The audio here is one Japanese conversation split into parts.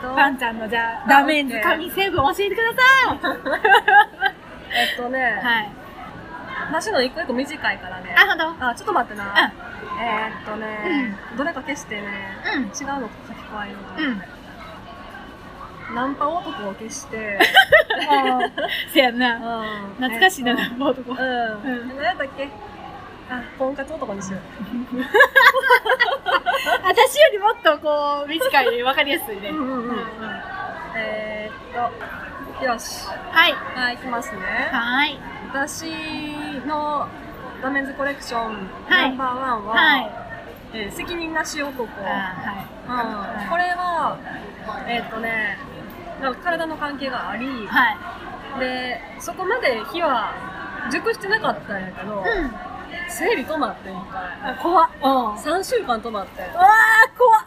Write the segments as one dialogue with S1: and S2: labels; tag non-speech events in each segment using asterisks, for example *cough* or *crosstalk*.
S1: と
S2: パンちゃんのじゃあ、ダメンズ神成分教えてください
S1: えっとね、
S2: はい。
S1: 話の一個一個短いからね。
S2: あ、ほんとう
S1: あ、ちょっと待ってな。えーっとね、どれか消してね、違
S2: ん。
S1: うの書き加えるな。
S2: うん。
S1: ナンパ男を消して、
S2: せやんな。
S1: うん
S2: *laughs* 懐かしいな、
S1: えっ
S2: ナンパ男。
S1: と
S2: は
S1: うん。
S2: うん
S1: 何やったっけあ、婚活男にしよう。
S2: 私よりもっとこう、短いで分かりやすいね。
S1: うんうんうん
S2: うん
S1: えーっと、よし。
S2: はい。
S1: はい、いきますね。
S2: はい。
S1: 私のダメンズコレクション、
S2: はい
S1: ナンバーワンは、
S2: はい。
S1: えー責任なし男。
S2: あはい。
S1: うんこれは、えーっとね、なんか体の関係があり、
S2: はい。
S1: で、そこまで火は熟してなかったんやけど、
S2: うん。
S1: 生理止まって一回。
S2: あ、怖っ。うん。うわ
S1: 3週間止まって。
S2: ー、怖っ。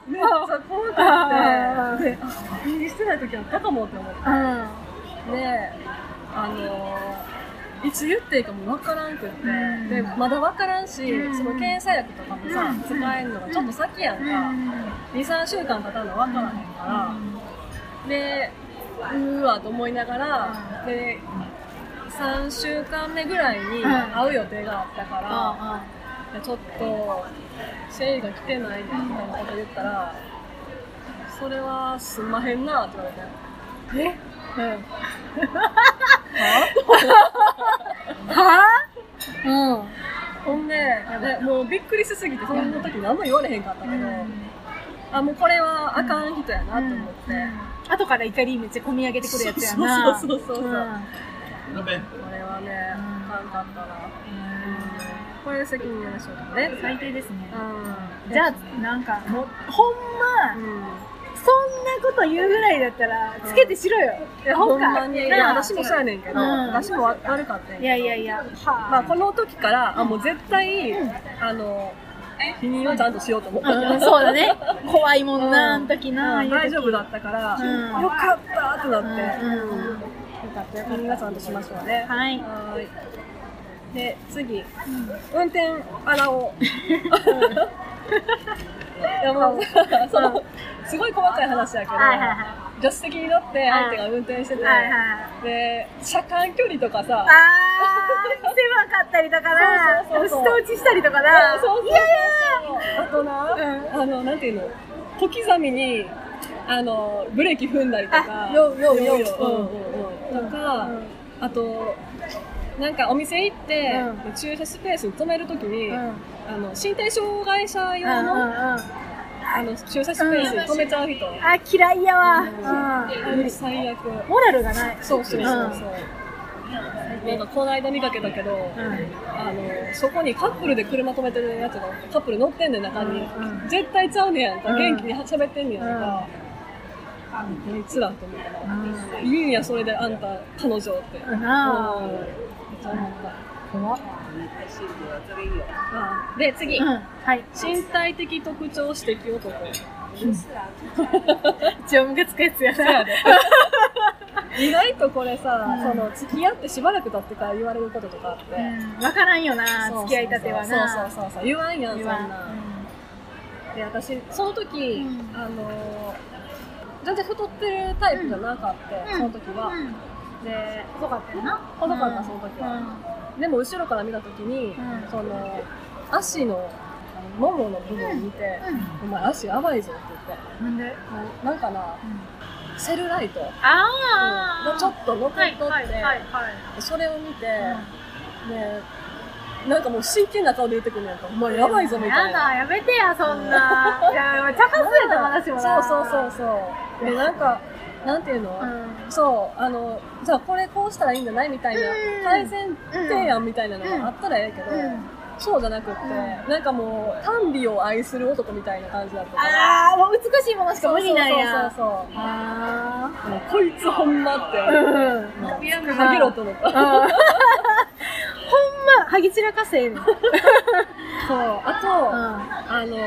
S1: めっちゃ怖
S2: あ
S1: か
S2: ー
S1: って、で、あ気にしてない時あったかもって思って。
S2: う
S1: で、あのーいつ言っていいかもわからんくって、
S2: うん
S1: で、まだわからんし、
S2: うん
S1: その検査薬とかもさ、
S2: うん
S1: 使えるのがちょっと先やんか、
S2: ん。うん。
S1: 2、3週間経たのわからへんから、でうーわと思いながら、で3週間目ぐらいに
S2: うん
S1: 会う予定があったから、
S2: あ
S1: ちょっと生理が来てないねみたいなこと言ったら、それはすんまへんなって言われて。えうん。 *laughs*
S2: あ。はぁうん。
S1: ほんで、えもうびっくりしすぎて、そんな時何も言われへんかったけど、あ、もうこれはあかん人やなと思って。
S2: 後から怒りめっちゃ込み上げてくるやつやな。
S1: そうそうそうそうそう
S2: うん
S1: これはね、
S2: うん
S1: あかんかったな。これ責任なしょうね。
S2: 最低ですね。
S1: うん
S2: じゃあ、なんか、もう、ほんま、
S1: う
S2: そん
S1: ん。
S2: なこと言うぐらいだったら、つけてしろよ。
S1: いや、ほんまに。いや、
S2: なあ
S1: 私もそうやねんけど、
S2: うん
S1: 私もわ悪かったんやけど
S2: いやいやいや。
S1: ま
S2: ま
S1: あ、この時から、あ、もう絶対、
S2: うん
S1: あの、否認をちゃんとしようと思った。
S2: うん、そうだね。怖いもんな、あの時な。
S1: うん大丈夫だったから、
S2: うん
S1: よかったってなって、
S2: うんうんうん
S1: よかったよかった、みんなちゃんとしましょうね。
S2: はい
S1: ーいで、次、運転荒を。いやもう、その、すごい細かい話やけど、
S2: はいはいはい
S1: 助手席に乗って相手が運転してて、
S2: はいはい。
S1: で、車間距離とかさ
S2: あ、ー、狭かったりとかな。
S1: そうそうそうそう
S2: 人落ちしたりとかな。
S1: そうそうそう
S2: いやい
S1: あとな、あの、なんていうの、小刻みに、あの、ブレーキ踏んだりとか
S2: あ、ようようよう
S1: よううんうんとか、あと、なんかお店行って、
S2: う
S1: 駐車スペースに止めるときに、
S2: や。うん。
S1: あの、身体障害者用
S2: うんう
S1: の、
S2: んうん。
S1: あの、駐車スペースに止めちゃう人。
S2: あ、嫌いやわ。うん
S1: あの最悪。
S2: モラルがない。
S1: そうそうそうそう。
S2: うん
S1: なんかこの間見かけたけど、
S2: うん。
S1: あのそこにカップルで車止めてるやつがカップル乗ってんねん中に、
S2: うんうん
S1: 絶対ちゃうねやんか、
S2: うん
S1: 元気に喋ってんねやんか、ういつらと思ったな、いいんやそれであんた彼女って、うん、
S2: なあ。
S1: そう思った
S2: 怖っ。
S1: あで次、
S2: うん。はい。
S1: 身体的特徴指摘
S2: *laughs*
S1: 男
S2: 一応ムカつくやつや
S1: や
S2: な。
S1: で意外とこれさ、
S2: うん
S1: その付き合ってしばらく経ってから言われることとかあって、
S2: うん。わからんよな、
S1: そうそうそう
S2: 付き合いたてはな。
S1: そうそうそうそう言わんやんそん
S2: 言わん
S1: な、で私その時、
S2: ん
S1: あのー全然太ってるタイプじゃなかった、
S2: うん
S1: その時は、
S2: うん。
S1: で
S2: 細かったよな。
S1: 細かったその時は、でも後ろから見た時に、
S2: うん
S1: その足のあのももの部分を見て、お前足やばいぞって言って
S2: うん。なんで
S1: もうなんかなセルライト
S2: あ
S1: が
S2: あ。
S1: ちょっと残っとって、
S2: はい。
S1: それを見て、ねなんかもう真剣な顔で言ってくるんやんかお前やばいぞみたいな
S2: やだ、やめてや、そ
S1: *laughs*
S2: んな。いや、茶化すやった話もな。
S1: そうそうそうそうでなんかなんていうの、
S2: うん。
S1: そうあのじゃあこれこうしたらいいんじゃないみたいな
S2: うん
S1: 改善提案みたいなのがあったらええけど、
S2: うん。
S1: そうじゃなくって、
S2: ん
S1: なんかもう単美を愛する男みたいな感じだったから
S2: ああ、もう美しいものしか無理なんや。
S1: そうそう
S2: あ
S1: そうそうもうこいつほんまって、
S2: あ。うん。
S1: うん、かげろと思った、
S2: ほんま、はぎ散らかせん。
S1: *laughs*
S2: うん。
S1: そうあと、
S2: あ
S1: あの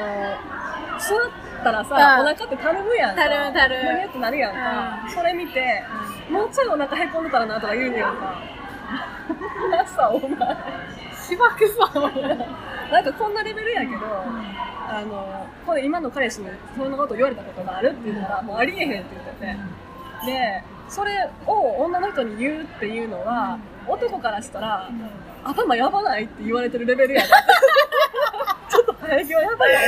S1: 座ったらさ、
S2: う
S1: お
S2: ん
S1: 腹ってたるむやんか
S2: たるむたるむ
S1: むにゅってなるやんか、それ見て、 *laughs* もうちょいお腹へこんでたらなとか言うんやんか朝お前
S2: 芝くさ
S1: なんかこんなレベルやけど、あのこれ今の彼氏にそんなこと言われたことがあるって言ったら、もうありえへんって言っててでそれを女の人に言うっていうのは、男からしたら、頭やばないって言われてるレベルやな *laughs* ちょっと早着はやばないって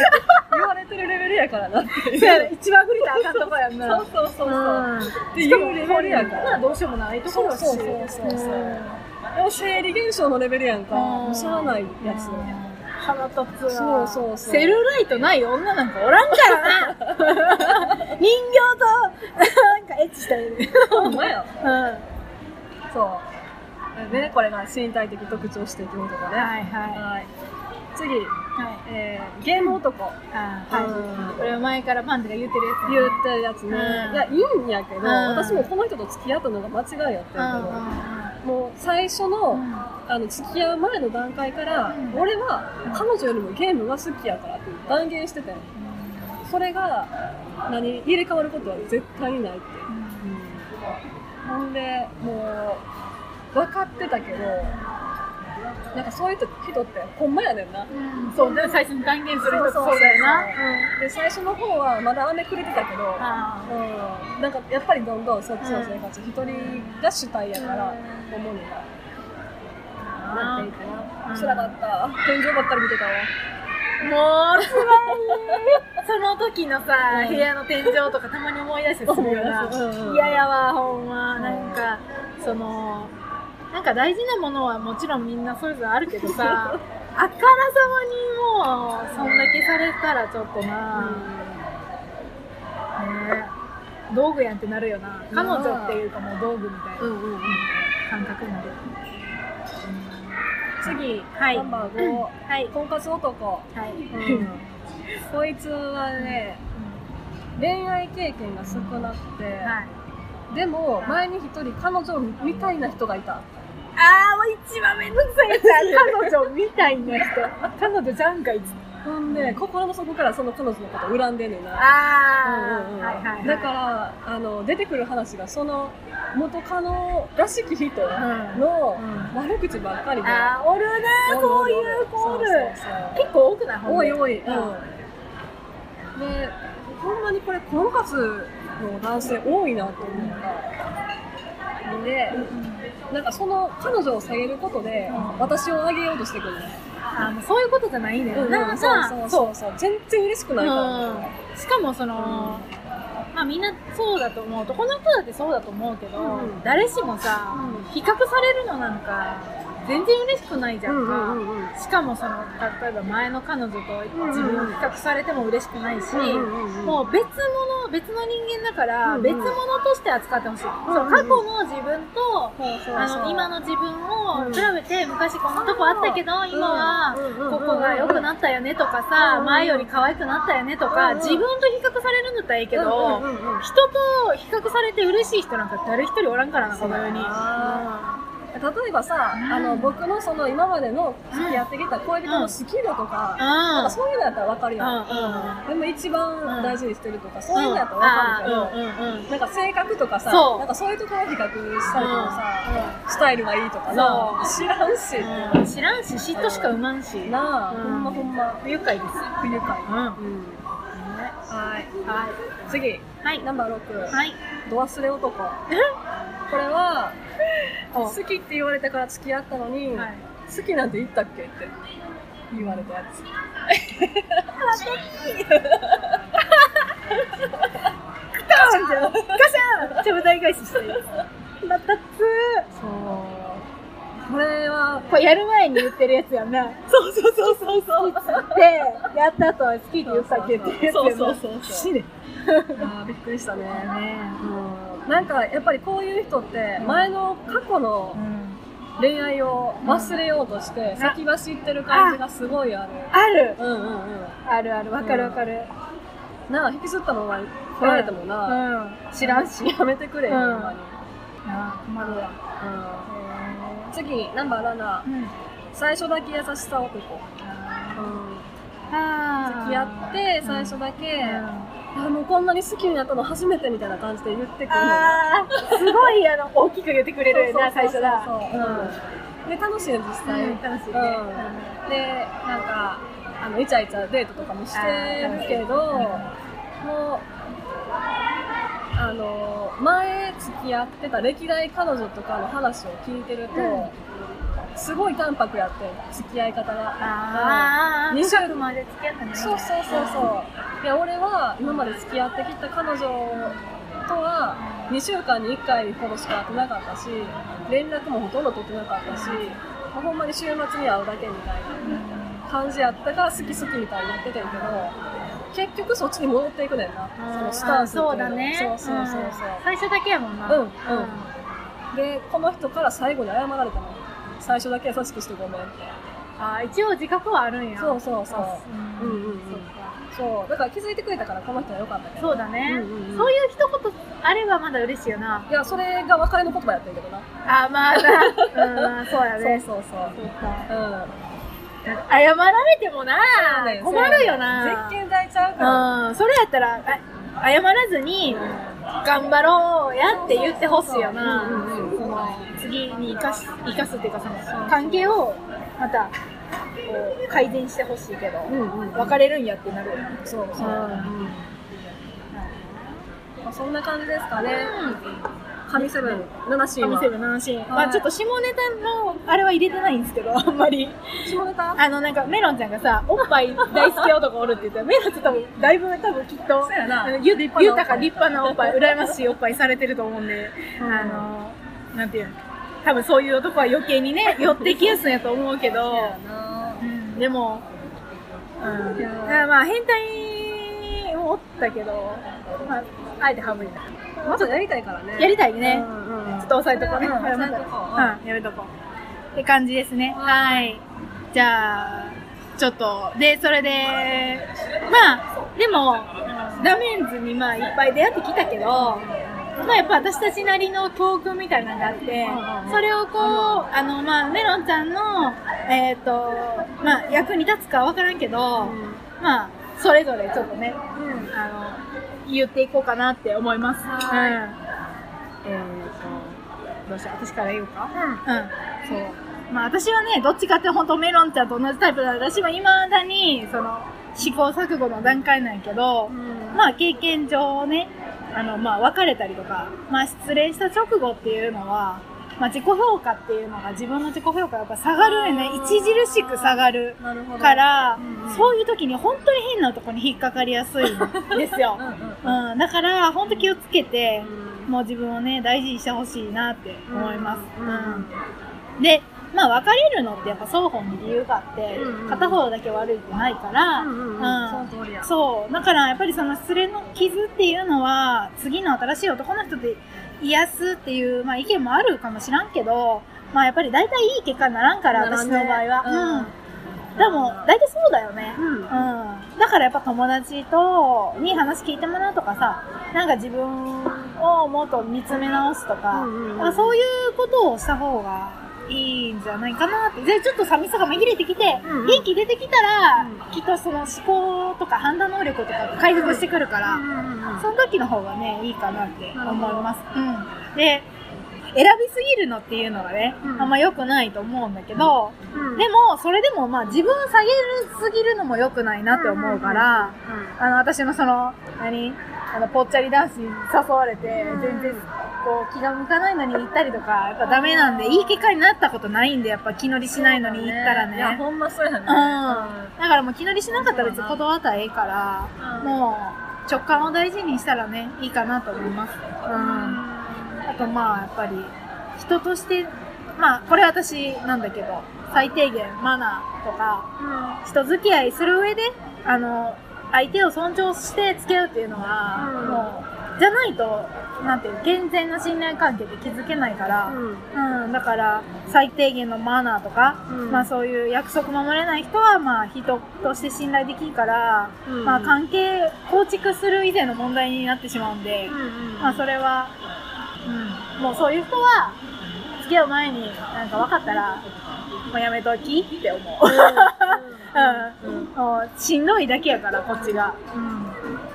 S1: 言われてるレベルやからなっていう
S2: そうやね一番振りたらあかんとこやん
S1: そ
S2: な
S1: うそうそうそう、って
S2: し
S1: い
S2: かも
S1: うレベ
S2: レベ
S1: ル
S2: ル
S1: や
S2: や
S1: か
S2: から
S1: ら
S2: などうしようもないところやし
S1: そうそうそうそうそうんでも生理現象のレベルやんか
S2: うん
S1: 知らないやつ
S2: *laughs* 腹立つ
S1: そ
S2: わ
S1: うそうそう
S2: セルライトない女なんかおらんからな人形となんかエッチしたいね
S1: ほんまや
S2: うんは
S1: そうねこれが身体的特徴指摘のとこ
S2: い
S1: ね
S2: はいは
S1: はい次、
S2: い
S1: えー、ゲーム男
S2: あ
S1: う
S2: ーは
S1: ん
S2: いこれは前からパンダが言ってるやつ
S1: 言ってるやつね、
S2: うん
S1: いやいいんやけど、
S2: うん
S1: 私もこの人と付き合ったのが間違いやってんけど、もう最初の,、あの付き合う前の段階から、
S2: うん
S1: 俺は彼女よりもゲームが好きやからって断言しててそれが何入れ替わることは絶対にないって、ほんでもう分かってたけどなんかそういう人ってほんまやねんな
S2: そうで最初に断言する人
S1: そうそう
S2: そうだよな
S1: そうで最初の方はまだ雨くれてたけど、
S2: あ
S1: うんなんかやっぱりどんどんそっちの生活、一人が主体やから、
S2: うん
S1: 思うのが。
S2: ー
S1: なっていてな。
S2: うん
S1: つらかった。天井ばっかり見てたわ。
S2: もうつらいその時のさ、
S1: うん
S2: 部屋の天井とかたまに思い出してするよ
S1: 思
S2: な
S1: い出すうんうん
S2: 嫌ややわほんま
S1: うん
S2: なんかそのなんか大事なものはもちろんみんなそれぞれあるけどさあからさまにもうそんだけされたらちょっとな、ね道具やんってなるよな彼女っていうかもう道具みたい
S1: うん
S2: な
S1: うんうん。
S2: 感覚になる、
S1: 次、
S2: はい
S1: ナンバー五、
S2: はい
S1: 婚活男。
S2: はい、
S1: こいつはね、恋愛経験が少なくて、
S2: はい
S1: でも前に一人彼女みたいな人がいた。
S2: ああ、もう一番めんどくさいやつや。彼女みたいな人。彼女じゃんかいつ。
S1: ほんで、心の底からその彼女のことを恨んでんねんな。
S2: あ
S1: うんうんうん
S2: はいはいはい。
S1: だからあの出てくる話がその元カノらしき人
S2: ん
S1: の
S2: うん
S1: 悪口ばっかりで、
S2: あー、おるなー、
S1: お
S2: そう
S1: る
S2: い
S1: おる
S2: う子おる。
S1: そうそうそう
S2: 結構多くない
S1: 多い多い、
S2: う
S1: うんん、でほんまにこれ婚活の男性多いなと思うのがでなんかその彼女を下げることで
S2: うん
S1: 私を上げようとしてくるの、
S2: あーもうそういうことじゃないんだよ
S1: うん
S2: な。
S1: うん、そう
S2: な
S1: そう
S2: そう
S1: そうそう全然嬉しくないから、ね
S2: うんしかもその、まあみんなそうだと思う。男の人だってそうだと思うけど、
S1: うん
S2: 誰しもさ、
S1: うん
S2: 比較されるのなんか、全然嬉しくないじゃんか。
S1: うんうんうん
S2: しかもその例えば前の彼女と自分比較されても嬉しくないし、
S1: うんうんうん
S2: もう別物別の人間だから
S1: うんうん
S2: 別物として扱ってほしい、
S1: ん
S2: そう過去の自分と、
S1: そうそうそう
S2: あの今の自分
S1: う
S2: を
S1: ん
S2: 比べて昔こんなとこあったけど今は
S1: うんうんうん
S2: ここが良くなったよねとかさ、
S1: うん
S2: 前より可愛くなったよねと
S1: う
S2: か、
S1: んうん
S2: 自分と比較されるんだったらいいけど、
S1: うんうんうんうん
S2: 人と比較されて嬉しい人なんか誰一人おらんからなこの世に。
S1: あ例えばさ、
S2: うん
S1: あの僕のその今までの付き合ってきた恋人の好きだとか,、なんかそういうのやったら分かる
S2: う
S1: やん、
S2: んうんうん
S1: でも一番大事にしてるとか、そういうのやったら分かるけど、
S2: うんうんうん
S1: なんか性格とかさ
S2: そう
S1: なんかそういうところを比較されてもさ、スタイルがいいとかな知らんし、
S2: うん知らんし嫉妬しか生まんし
S1: なあ、
S2: うん
S1: ほんまほんま
S2: 不愉快です
S1: 不愉快、
S2: うんは
S1: うんはい
S2: い
S1: 次
S2: はい
S1: ナンバー6、
S2: はい
S1: ド忘れ男これは好きって言われたから付き合ったのに、
S2: はい
S1: 好きなんて言ったっけって言われたやつ
S2: ガシャンちょぶ台返ししてるまたつ
S1: そうこれは
S2: これやる前に言ってるやつやんな
S1: そうそうそうそうそう
S2: でやった後は好きって言ったっけっていうやつやんな
S1: そうそうそうそう
S2: 死ね
S1: *laughs* あーびっくりしたね
S2: ね
S1: うんなんかやっぱりこういう人って前の過去の恋愛を忘れようとして先走ってる感じがすごいある
S2: ある
S1: うんうんうん
S2: あるあるわかるわかる
S1: なあ引きずったまま来られてもな、
S2: うん知らんし
S1: やめてくれ、
S2: うん
S1: ほんまに
S2: あ困るわ
S1: うん次ナンバー7
S2: うん
S1: 最初だけ優しさ男、うん、
S2: あー
S1: 付き合って最初だけ、
S2: うん
S1: あもうこんなに好きになったの初めてみたいな感じで言ってくるのよ
S2: あーすごいあの大きく言ってくれるよな最初だ
S1: そうそうそうそうで楽しいよ実際、
S2: うん楽しいね
S1: うんでなんかあのイチャイチャデートとかもしてるけど
S2: あー
S1: もうあの前付き合ってた歴代彼女とかの話を聞いてると、
S2: うん
S1: すごい淡白やって付き合い方が
S2: ああ
S1: 二週
S2: 2まで付き合ったね
S1: そうそうそうそういや俺は今まで付き合ってきた彼女とは2週間に1回ほどしか会ってなかったし連絡もほとんど取ってなかったし、まあほんまに週末に会うだけみたいな感じやったから好き好きみたいになっててんけど結局そっちに戻っていくねんなそのスタンスってい
S2: あ
S1: の
S2: ーそうだね
S1: そうそうそうそう、
S2: ん最初だけやもんな
S1: うんうんでこの人から最後に謝られたの最初だけ優しくしてごめんって
S2: あー一応自覚はあるんや
S1: そうそうそう
S2: うん
S1: うんうんうん
S2: そっか
S1: そうだから気づいてくれたからこの人は良かったけど
S2: そうだね、
S1: うんうんうん
S2: そういう一言あればまだ嬉しいよない
S1: やそれが別れの言葉やってるけどな
S2: あーまあなうんそうやね
S1: そうそうそう
S2: そう
S1: う
S2: か
S1: ん
S2: 謝られてもな
S1: そうだよ
S2: 困るよな
S1: 絶景大ちゃうから
S2: うんそれやったらあ謝らずに頑張ろうやって言ってほしいよな
S1: うんうんうん
S2: その次に生かす生かすっていうかその関係をまたこう改善してほしいけど、
S1: うんうん
S2: 別れるんやってなるよな
S1: そうそう、
S2: うん
S1: まあ、そんな感じですかね神セブン7シーン
S2: 神
S1: は
S2: セブン7シーン、ま
S1: は
S2: あ、
S1: い
S2: ちょっと下ネタのあれは入れてないんですけどあんまり
S1: 下ネタ
S2: あのなんかメロンちゃんがさおっぱい大好き男おるって言ったらメロンちゃん多分だいぶ多分きっと
S1: そうやな
S2: あの
S1: 立
S2: ゆ
S1: 派なおっぱい
S2: 豊か立派なおっぱい羨ましいおっぱいされてると思うんで、
S1: うん
S2: あのなんていうの多分そういう男は余計に
S1: *laughs*
S2: ね寄ってきやすいんやと思うけど、うんでも、うん、
S1: いやー
S2: だからまあ変態もおったけど、まあ、あえて省いた
S1: まずやりたいからね
S2: やりたいね、
S1: うんうん
S2: ちょっと押さえとこうね。
S1: うん
S2: はい
S1: 押さえとこう
S2: うん、やめとこう。って感じですね。はい。じゃあ、ちょっと、で、それで、まあ、でも、ダメンズにまあ、いっぱい出会ってきたけど、まあ、やっぱ私たちなりのトークみたいなのがあって
S1: うんうん、
S2: それをこう、あの、まあ、メロンちゃんの、えっ、と、まあ、役に立つかわからんけど、まあ、それぞれちょっとね、
S1: うん
S2: あの、言っていこうかなって思います。
S1: はい
S2: うん。えーと、どうしよう。私から言うかう
S1: そ
S2: ん。まあ私はね、どっちかって本当メロンちゃんと同じタイプなので、私も未だに、その、試行錯誤の段階なんやけど、
S1: う、うん
S2: まあ経験上ね、あの、まあ別れたりとか、まあ失恋した直後っていうのは、まあ自己評価っていうのが、自分の自己評価がやっぱ下がるよね。著しく下がる。
S1: なるほど
S2: から、
S1: うん
S2: そういう時に本当に変なとこに引っかかりやすいんで
S1: *laughs*
S2: すよ
S1: うん。うんうん
S2: うん、だから、本当気をつけて、もう自分をね、大事にしてほしいなって思います。
S1: うん
S2: うんで、まあ別れるのってやっぱ双方に理由があって、
S1: うんうん
S2: 片方だけ悪いってないから、
S1: うんうんうんその通りや
S2: そう。だからやっぱりその失恋の傷っていうのは、次の新しい男の人で癒すっていう、まあ意見もあるかもしらんけど、まあやっぱり大体いい結果にならんから、
S1: なら
S2: 私
S1: ん
S2: の
S1: ね
S2: 場合
S1: うん
S2: は。うん。でも、大体そうだよね。
S1: うん
S2: うん、だからやっぱ友達とに話聞いてもらうとかさなんか自分をもっと見つめ直すとか,、
S1: うんうんうん
S2: なんかそういうことをした方がいいんじゃないかなってでちょっと寂しさがめぎれてきて、
S1: うんうん
S2: 元気出てきたら、
S1: うん
S2: きっとその思考とか判断能力とか回復してくるから、その時の方がねいいかなって思います。うん、で選びすぎるのっていうのがね、
S1: うん
S2: あんま良くないと思うんだけど、
S1: うん
S2: でも、それでもまあ自分を下げるすぎるのも良くないなって思うから、あの、私のその、何あの、ぽっちゃり男子に誘われて、
S1: ん
S2: 全然、こう、気が向かないのに行ったりとか、やっぱダメなんで、いい結果になったことないんで、やっぱ気乗りしないのに行ったら
S1: いや
S2: ね。
S1: ほんまそうやね
S2: うん。だからもう気乗りしなかったら別に断ったらええから、
S1: うん
S2: もう、直感を大事にしたらね、いいかなと思います。うん。あとまあやっぱり人としてまあこれ私なんだけど最低限マナーとか人付き合いする上であの相手を尊重して付き合うっていうのは、
S1: うん
S2: もうじゃないとなんていう健全な信頼関係って築けないから、うん、だから最低限のマナーとか、
S1: うん
S2: まあそういう約束守れない人はまあ人として信頼できんから、
S1: うん
S2: まあ関係構築する以前の問題になってしまうんで、まあそれは、うん、もうそういう人は付き合う前になんか分かったらもうやめときって思う、うんもうしんどいだけやからこっちが、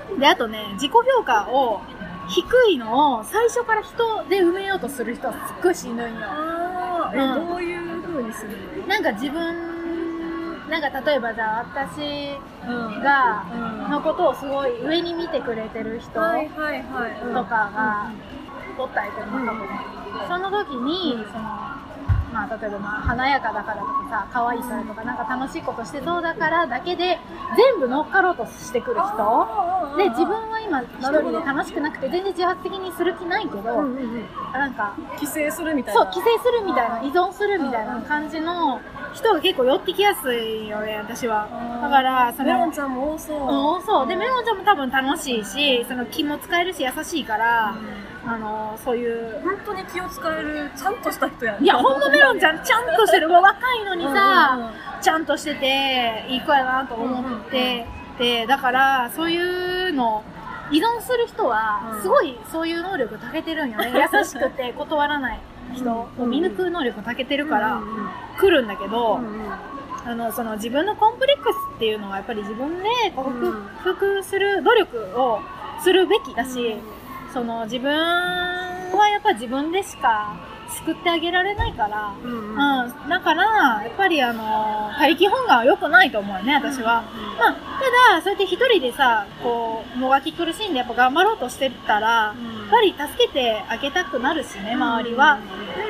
S2: うん、であとね自己評価を低いのを最初から人で埋めようとする人はすっごいしんどいんよ
S1: ああ、え、どういう風ににする
S2: なんか自分なんか例えばじゃあ私
S1: うん
S2: が
S1: うん
S2: のことをすごい上に見てくれてる人と
S1: はいはいはいうん
S2: かがおったりとか、その時に、そのまあ、例えばまあ華やかだからとかさ可愛いからとかなんか楽しいことしてそうだからだけで全部乗っかろうとしてくる人
S1: 人
S2: で自分は今一人で楽しくなくて全然自発的にする気ないけど、
S1: うんうんうん
S2: なんか
S1: 帰省するみたい
S2: そう
S1: な
S2: 規制するみたいな
S1: うん
S2: 依存するみたいな感じの人が結構寄ってきやすいよね私はだからそれ
S1: メロ
S2: を
S1: ンちゃんも多そう、
S2: うん、そうでメロンちゃんも多分楽しいしその気も使えるし優しいから、あのそういう
S1: 本当に気を使えるちゃんとした人や
S2: いやほんまメロンちゃんちゃんとしてるもう若いの
S1: 当
S2: にさ、ちゃんとしてていい子やなと思って、でだからそういうの依存する人は
S1: うん
S2: すごいそういう能力たけてるん *laughs* よね優しくて断らない人を見抜く能力たけてるから来るんだけど、あのその自分のコンプレックスっていうのはやっぱり自分で克
S1: うん
S2: 服する努力をするべきだし、その自分はやっぱ自分でしか救ってあげられないから、
S1: うんうんうん
S2: うん、だからやっぱりあの他力本願は良くないと思うよね私は。まあ、ただ、そうやって一人でさ、こう、もがき苦しんでやっぱ頑張ろうとしてたら、やっぱり助けてあげたくなるしね、周りは。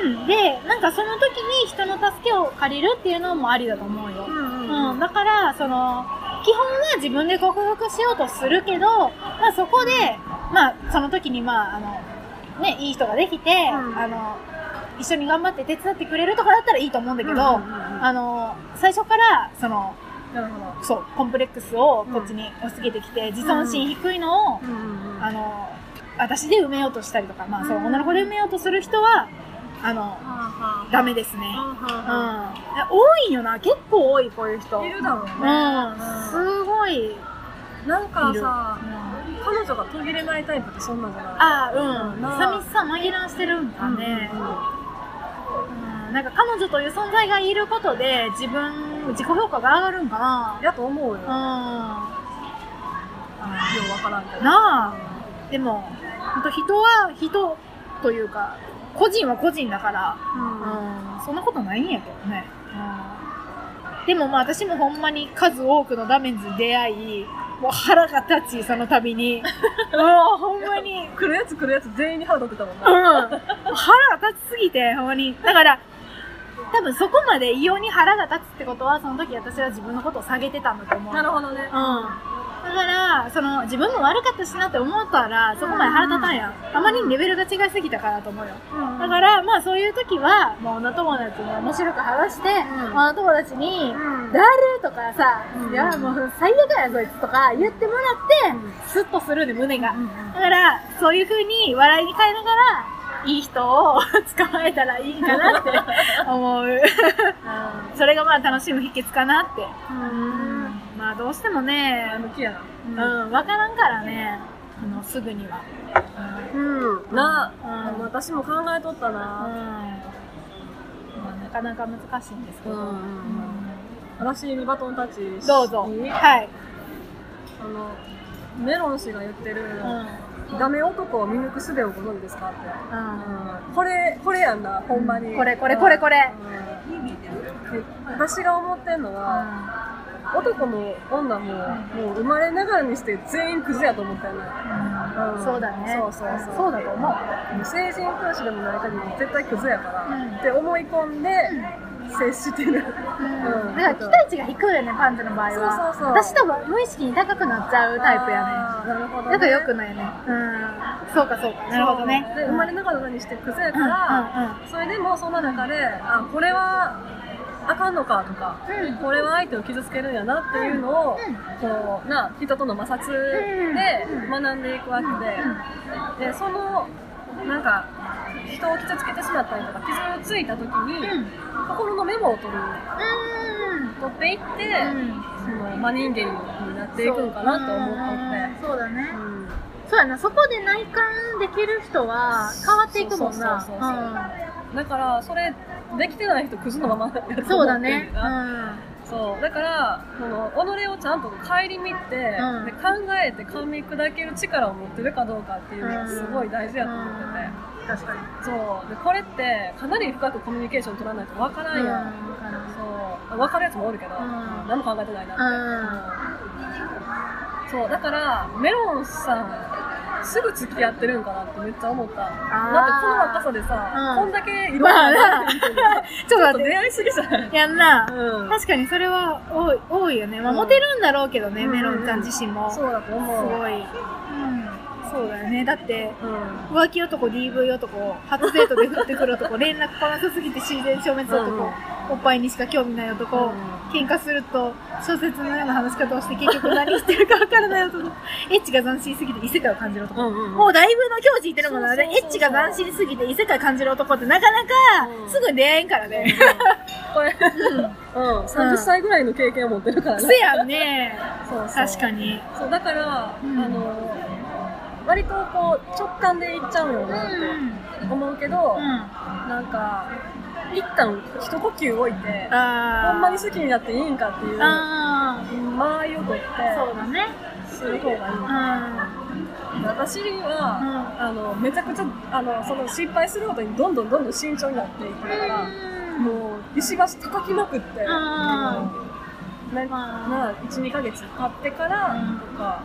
S2: うん、で、なんかその時に人の助けを借りるっていうのもありだと思うよ
S1: う。んうん
S2: うん、だから、その、基本は自分で克服しようとするけど、まあそこで、まあその時にまあ、あの、ね、いい人ができて、
S1: ん
S2: あの、一緒に頑張って手伝ってくれるとかだったらいいと思うんだけど、
S1: うんうんうん
S2: あの、最初から、その、
S1: なるほ
S2: そう、コンプレックスをこっちに押し付けてきて、自尊心低いのを、
S1: どうんうん
S2: あの、私で埋めようとしたりとか、まあそう、
S1: うん
S2: 女の子で埋めようとする人は、あの、ダメですね。うん。
S1: は
S2: 多いよな、結構多い、こういう人。
S1: いるだろうね
S2: うん。すごい、いる。
S1: なんかさ
S2: うん
S1: 彼女が途切れないタイプってそんなんじゃない
S2: ああ、うん。
S1: なあ
S2: 寂しさ紛らわしてるんだね。
S1: うんうん
S2: うんなんか彼女という存在がいることで、自分、自己評価が上がるんかな。
S1: やと思うよ、よ
S2: うん。
S1: うわからんけど
S2: なあでも本当人は人というか個人は個人だから、
S1: うん
S2: うん、そんなことないんやけどね、うん、でもまあ私もほんまに数多くのダメンズに出会いもう腹が立ちその
S1: *laughs*
S2: 度にもうほんまに
S1: 来るやつ来るやつ全員に歯立てたもん
S2: う
S1: な、
S2: ん、腹が立ちすぎて、ほんまに。だから、多分そこまで異様に腹が立つってことは、その時私は自分のことを下げてたんだと思う。
S1: なるほどね
S2: うん。だから、その、自分も悪かったしなって思ったら、そこまで腹立たんやん。あまりにレベルが違いすぎたからと思うよ。だ
S1: だ
S2: から、まあそういう時は、もう女友達に面白く話して、
S1: うん
S2: 女友達に、
S1: うん
S2: だるとかさ、
S1: うん
S2: いや、もう最悪やん、こいつとか言ってもらって、スッとするね、胸が。だから、そういう風に笑いに変えながら、いい人を捕まえたらいいかなって思
S1: *laughs*
S2: う。それがまあ楽しむ秘訣かなって。
S1: うん
S2: まあどうしてもね、
S1: 前向きやな
S2: うん、わからんからね、あの、すぐには。
S1: うんなあ、
S2: うん
S1: 私も考えとった
S2: うん。
S1: な、
S2: まあなかなか難しいんですけど。
S1: うんうん私にバトンタッチ
S2: どうぞ。
S1: に
S2: はい。
S1: あのメロン氏が言ってる、
S2: うん。
S1: ダメ男を見抜く術をご存知ですかって、
S2: うん。
S1: うん、これこれやんなほんまに、
S2: これこれこれこれ
S1: うんで私が思ってんのは、男も女ももう生まれながらにして全員クズやと思ったよね、うん
S2: そうだね。
S1: そうそうそう
S2: そうだと思う。
S1: 成人教師でもない限り絶対クズやから、
S2: うん
S1: って思い込んで接してる、うん
S2: だから期待値が低いよね、パンツの場合は。
S1: そうそうそう
S2: 私多分無意識に高くなっちゃうタイプや
S1: あーなるほど、
S2: ね。
S1: ね、
S2: だから良くないね。うん。そうかそうか。なるほどね。
S1: そうで生まれながらにしてクズや
S2: う
S1: か
S2: んうん
S1: ら、それでもそんな中であこれはあかんのかとか、
S2: うん
S1: これは相手を傷つけるんやなっていうのを、
S2: うん
S1: こうな人との摩擦で学んでいくわけで、でそのなんか人を傷つけてしまったりとか傷ついた時に、
S2: うん。うん。
S1: 心のメモを取る
S2: うん
S1: 取っていって、
S2: うん
S1: その真人間になっていくんかなと思っ
S2: そうだね
S1: とって。うん
S2: そうやなそこで内観できる人は変わっていくもんな
S1: そうそうそうだからそれできてない人クズのままやと思って
S2: う
S1: る
S2: んそうだねう
S1: なんそうだからその己をちゃんと顧みて、
S2: うん
S1: で考えて噛み砕ける力を持ってるかどうかっていうのがすごい大事やと思ってて、
S2: 確かに
S1: そうでこれってかなり深くコミュニケーション取らないと分からん
S2: うん
S1: やん、
S2: わかる
S1: そう分かるやつもおるけど、
S2: うん
S1: 何も考えてないなって、そうだからメロンさんすぐ付き合ってるんかなってめっちゃ思っただってこの若さでさ、
S2: うん
S1: こんだけいろん
S2: まあ
S1: な
S2: な *laughs* ちょっ
S1: ちょ
S2: と
S1: っと
S2: 待っ
S1: 出会いすぎじゃない
S2: てやんな
S1: うん
S2: 確かにそれは多い多いよね、まあ、
S1: うん
S2: モテるんだろうけどね、
S1: うん
S2: メロンちゃん自身もす
S1: そうだと思う
S2: ごい、うん、そうだよねだって
S1: うん
S2: 浮気男 DV 男初デートで降ってくる男連絡来なさすぎて自然消滅男、
S1: うんうん
S2: おっぱいにしか興味ない男、
S1: うん
S2: 喧嘩すると小説のような話し方をして結局何してるか分からない男エッチが斬新すぎて異世界を感じる男、
S1: うんうんうん
S2: もうだいぶの境地いってるもんなで
S1: そうそう
S2: エ
S1: そう
S2: ッチが斬新すぎて異世界感じる男ってなかなか
S1: うん
S2: すぐ出会えんからね、
S1: これ、うん、30歳ぐらいの経験を持ってるから
S2: せやんね
S1: そうそう
S2: 確かに
S1: そうだから、
S2: うん
S1: あの割とこう直感でいっちゃうよ
S2: う
S1: なっ
S2: ん
S1: て思うけど、
S2: あ
S1: なんか一旦一呼吸置いて
S2: あ
S1: ほんまに好きになっていいんかっていう
S2: あ
S1: 間合いを取っ
S2: あそう
S1: て
S2: だね
S1: する方がいい、
S2: う
S1: 私は、
S2: うん
S1: あのめちゃくちゃあのその失敗することにどんどんどんどん慎重になっていくから、
S2: んもう
S1: もう石橋叩きまくって、
S2: あ
S1: なまあ、12ヶ月経ってから
S2: うん
S1: とか、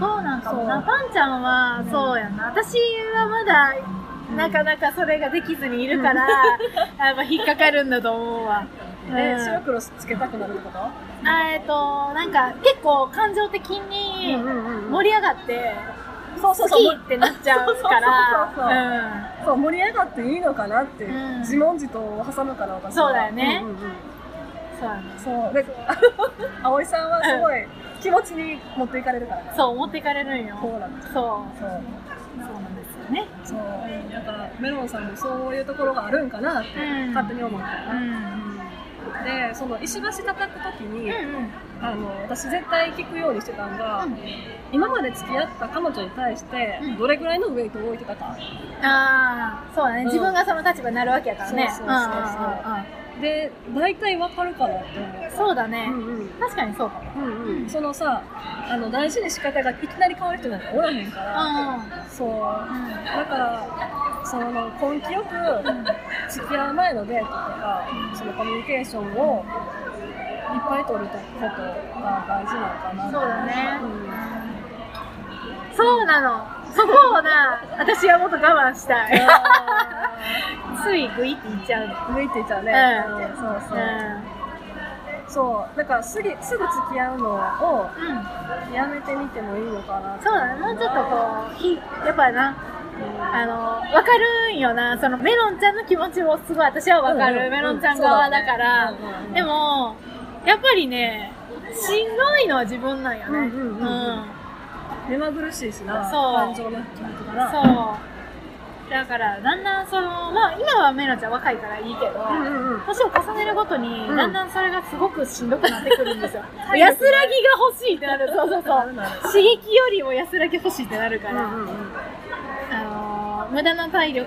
S2: そうなんかもな
S1: そう
S2: パンちゃんは
S1: うん
S2: そうやな私はまだ
S1: うん
S2: なかなかそれができずにいるからやっぱ引っかかるんだと思うわうん
S1: え白黒つけたくなるってこと
S2: あえっとなんか結構感情的に盛り上がって
S1: そう
S2: 好
S1: そうそう
S2: きってなっちゃうか
S1: そうそうそうそう
S2: らうん
S1: そう盛り上がっていいのかなって、
S2: うん
S1: 自問自答を挟むから私は
S2: そうだよね
S1: んうんうん
S2: そうやね
S1: そうで葵さんはすごい気持ちに持っていかれるからね
S2: そう思っていかれるんよ
S1: そうなんです
S2: そう
S1: そう
S2: そうなんですよね
S1: そうだからメロンさんもそういうところがあるんかなって
S2: うん
S1: 勝手に思ったよ
S2: う
S1: な、
S2: ん
S1: でその石橋叩く時
S2: う
S1: に、
S2: ん
S1: あの私絶対聞くようにしてたんが、
S2: う
S1: 今まで付き合った彼女に対して
S2: うん
S1: どれぐらいのウェイトを置いてたか、
S2: んああそうだね、
S1: うん
S2: 自分がその立場になるわけやからね
S1: そうそうそで大体わかるかなって思う
S2: うんうんうんそうだね、
S1: うんうん
S2: 確かにそうかも
S1: うんうん、そのさあの大事に仕方がいきなり変わる人なんておらへんから、そうだからその根気よく付き合う前のデートとかそのコミュニケーションをいっぱい取ることが大事なのかな
S2: そうだね
S1: うん
S2: そうなのそこをな私はもっと我慢したいついグイって言っちゃうの
S1: 向いていっちゃうね、
S2: うん
S1: うんそうそうう、そうだからすぐすぐ付き合うのを
S2: ん、うん、
S1: やめてみてもいいのかな
S2: そうだねもうちょっとこうひやっぱなあの分かるんよなそのメロンちゃんの気持ちもすごい私は分かる、
S1: うんうん
S2: メロンちゃん側だから、
S1: うんうんうん
S2: でもやっぱりねしんどいのは自分なんよね
S1: うんうんうん目まぐるしいしな
S2: そう
S1: 感情の気持ちがな
S2: そうだからだんだんそのまあ今はメロちゃん若いからいいけど、
S1: うんうんうん
S2: 年を重ねるごとに、
S1: うん
S2: だんだんそれがすごくしんどくなってくるんです
S1: *laughs*。
S2: よ
S1: 体力ね
S2: 安らぎが欲しいってなる。そうそ
S1: な
S2: うそ
S1: る
S2: う
S1: なる。
S2: 刺激よりも安らぎ欲しいってなるか
S1: う
S2: ら、
S1: んうんうん
S2: あのー無駄な体力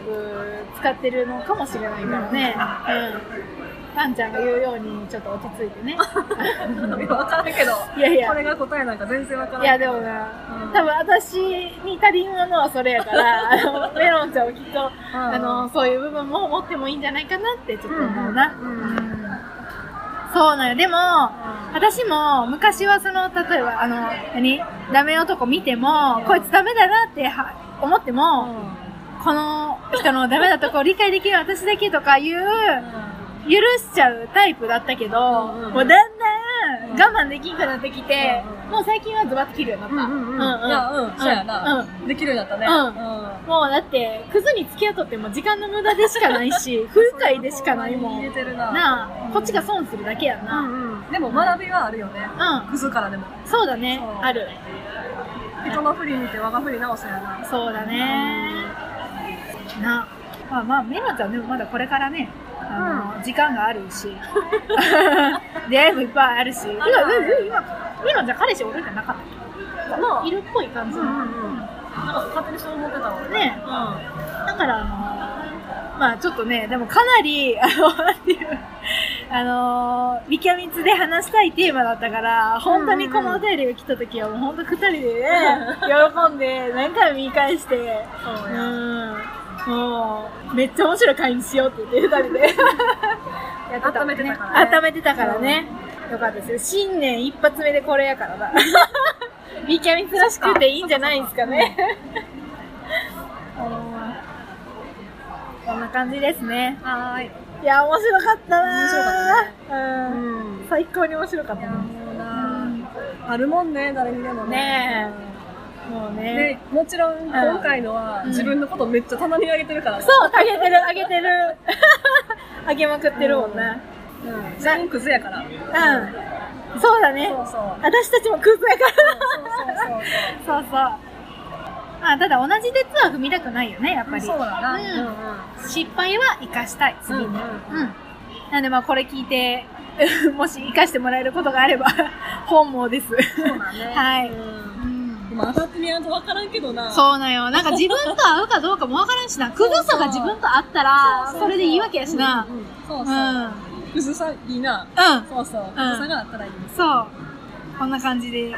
S2: 使ってるのかもしれないからね。うん。パンちゃんが言うようにちょっと落ち着いて
S1: *laughs*
S2: ね。
S1: 分からんけど
S2: いやいや
S1: これが答えなんか全然分からん
S2: いやでもな、
S1: うん
S2: 多分私に足りんものはそれ
S1: *laughs*
S2: やから、あのメロンちゃんはきっと、あのそういう部分も持ってもいいんじゃないかなってちょっと思うな。
S1: うんうん
S2: そうなんよ。でも、私も昔はその、例えば、あの、何ダメ男見ても、こいつダメだなっては思って
S1: うん
S2: も、この人のダメなとこを理解できる私だけとかいう、許しちゃうタイプだったけど、
S1: うんうん
S2: もうだんだん我慢できんくなってきて、
S1: うん
S2: もう最近はズバッと切るように
S1: うん
S2: なった。
S1: うんうん
S2: うんう
S1: いやうん
S2: ん
S1: そうや
S2: う
S1: なんできるようになったね
S2: うん
S1: う
S2: もうだって、クズに付き合っとっても時間の無駄でしかないし、不
S1: ん
S2: 愉快でしかないも
S1: 言え
S2: ん。
S1: てるな
S2: なあ、こっちが損するだけや
S1: う
S2: な。
S1: んうんでも学びはあるよね
S2: う
S1: クズからでも
S2: ん、そうだね
S1: そう。
S2: ある。
S1: 人の振り見て我が振り直せやな
S2: そうだね。な、まあまあ、メロちゃんでもまだこれからね、あの、時間がある
S1: *laughs*
S2: し、出会いもいっぱいあるし、今、
S1: あるある
S2: 今、今メロちゃん彼氏おるんじゃなかった
S1: ま
S2: いるっぽい感
S1: う
S2: じ
S1: んう
S2: の。
S1: んうんなんか勝手にそう思ってたもん
S2: ね
S1: うん
S2: だから、あのまあちょっとね、でもかなり、 *laughs* あの、なんていう、あのー、ミキャミツで話したいテーマだったから、本当にこのお便りが来た時は、もう本当二人でね、喜んで、何回も見返して、、
S1: そううんや
S2: やもう、めっちゃ面白い会にしようって言って、二人で。やってたもん
S1: *laughs* 温めてたからね
S2: 温めてたからね。よかったですよ。新年一発目でこれや
S1: *laughs*
S2: からな。ビーキャミツらしくていいんじゃないですかね。あのこんな感じですね。
S1: はーい。
S2: いや、面白かったな
S1: 面白か
S2: ったうん。
S1: ん。
S2: 最高に面白かっ
S1: い
S2: た
S1: や
S2: な
S1: もうな、あるもんね、誰にでも
S2: ねえ。もうね。
S1: でもちろん今回のは
S2: うん
S1: 自分のことめっちゃ棚にあげてるからね
S2: そう、あげてる、あげてる。 *laughs* あげまくってるもんな。
S1: うん自分クズやからそう
S2: うん。そうだね。
S1: そうそう
S2: 私たちもクズやか
S1: そうそう
S2: ら。そうそう。まあ、ただ同じ鉄は踏みたくないよね、やっぱり。
S1: そうだな
S2: うん失敗は生かしたい、次に。
S1: う
S2: うんん
S1: うん
S2: なんでまあ、これ聞いて、 *laughs* もし生かしてもらえることがあれば、本望です。
S1: そうだね
S2: はい。
S1: うん
S2: うん
S1: でも当たってみないと分からんけどな
S2: そうなんよ。なんか自分と合うかどうかもわからんしな。クズさが自分と合ったら、それでいいわけやしな
S1: う。んうんそう
S2: うん。
S1: そう
S2: うん。
S1: クズさいいなそうそうクズさがあったらいいです
S2: そう。こんな感じで
S1: う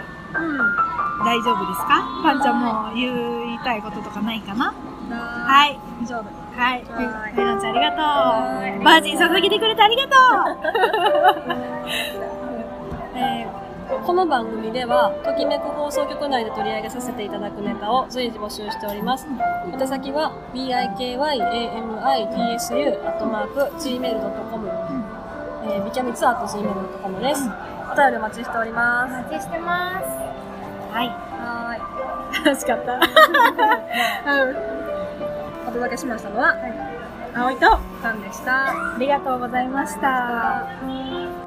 S2: 大丈夫ですかパンちゃんもう言いたいこととかないかな
S1: は
S2: んはい。
S1: い以上で
S2: はい。
S1: はい
S2: ペロンちゃんあり
S1: は
S2: がと。
S1: いう
S2: バージン捧げてくれてあり *laughs* がとうえー
S1: この番組では、ときめく放送局内で取り上げさせていただくネタを随時募集しております。宛先は、bikyamitusu.gmail.com、えー、ビキャミツアー .gmail.com です。お便りお待ちしております。
S2: お待ちしてます。 *laughs* は。
S1: はい
S2: 楽しか *laughs* った。うん。
S1: い。お届けしましたのは、
S2: 葵と、
S1: タンでした。
S2: ありがとうございました。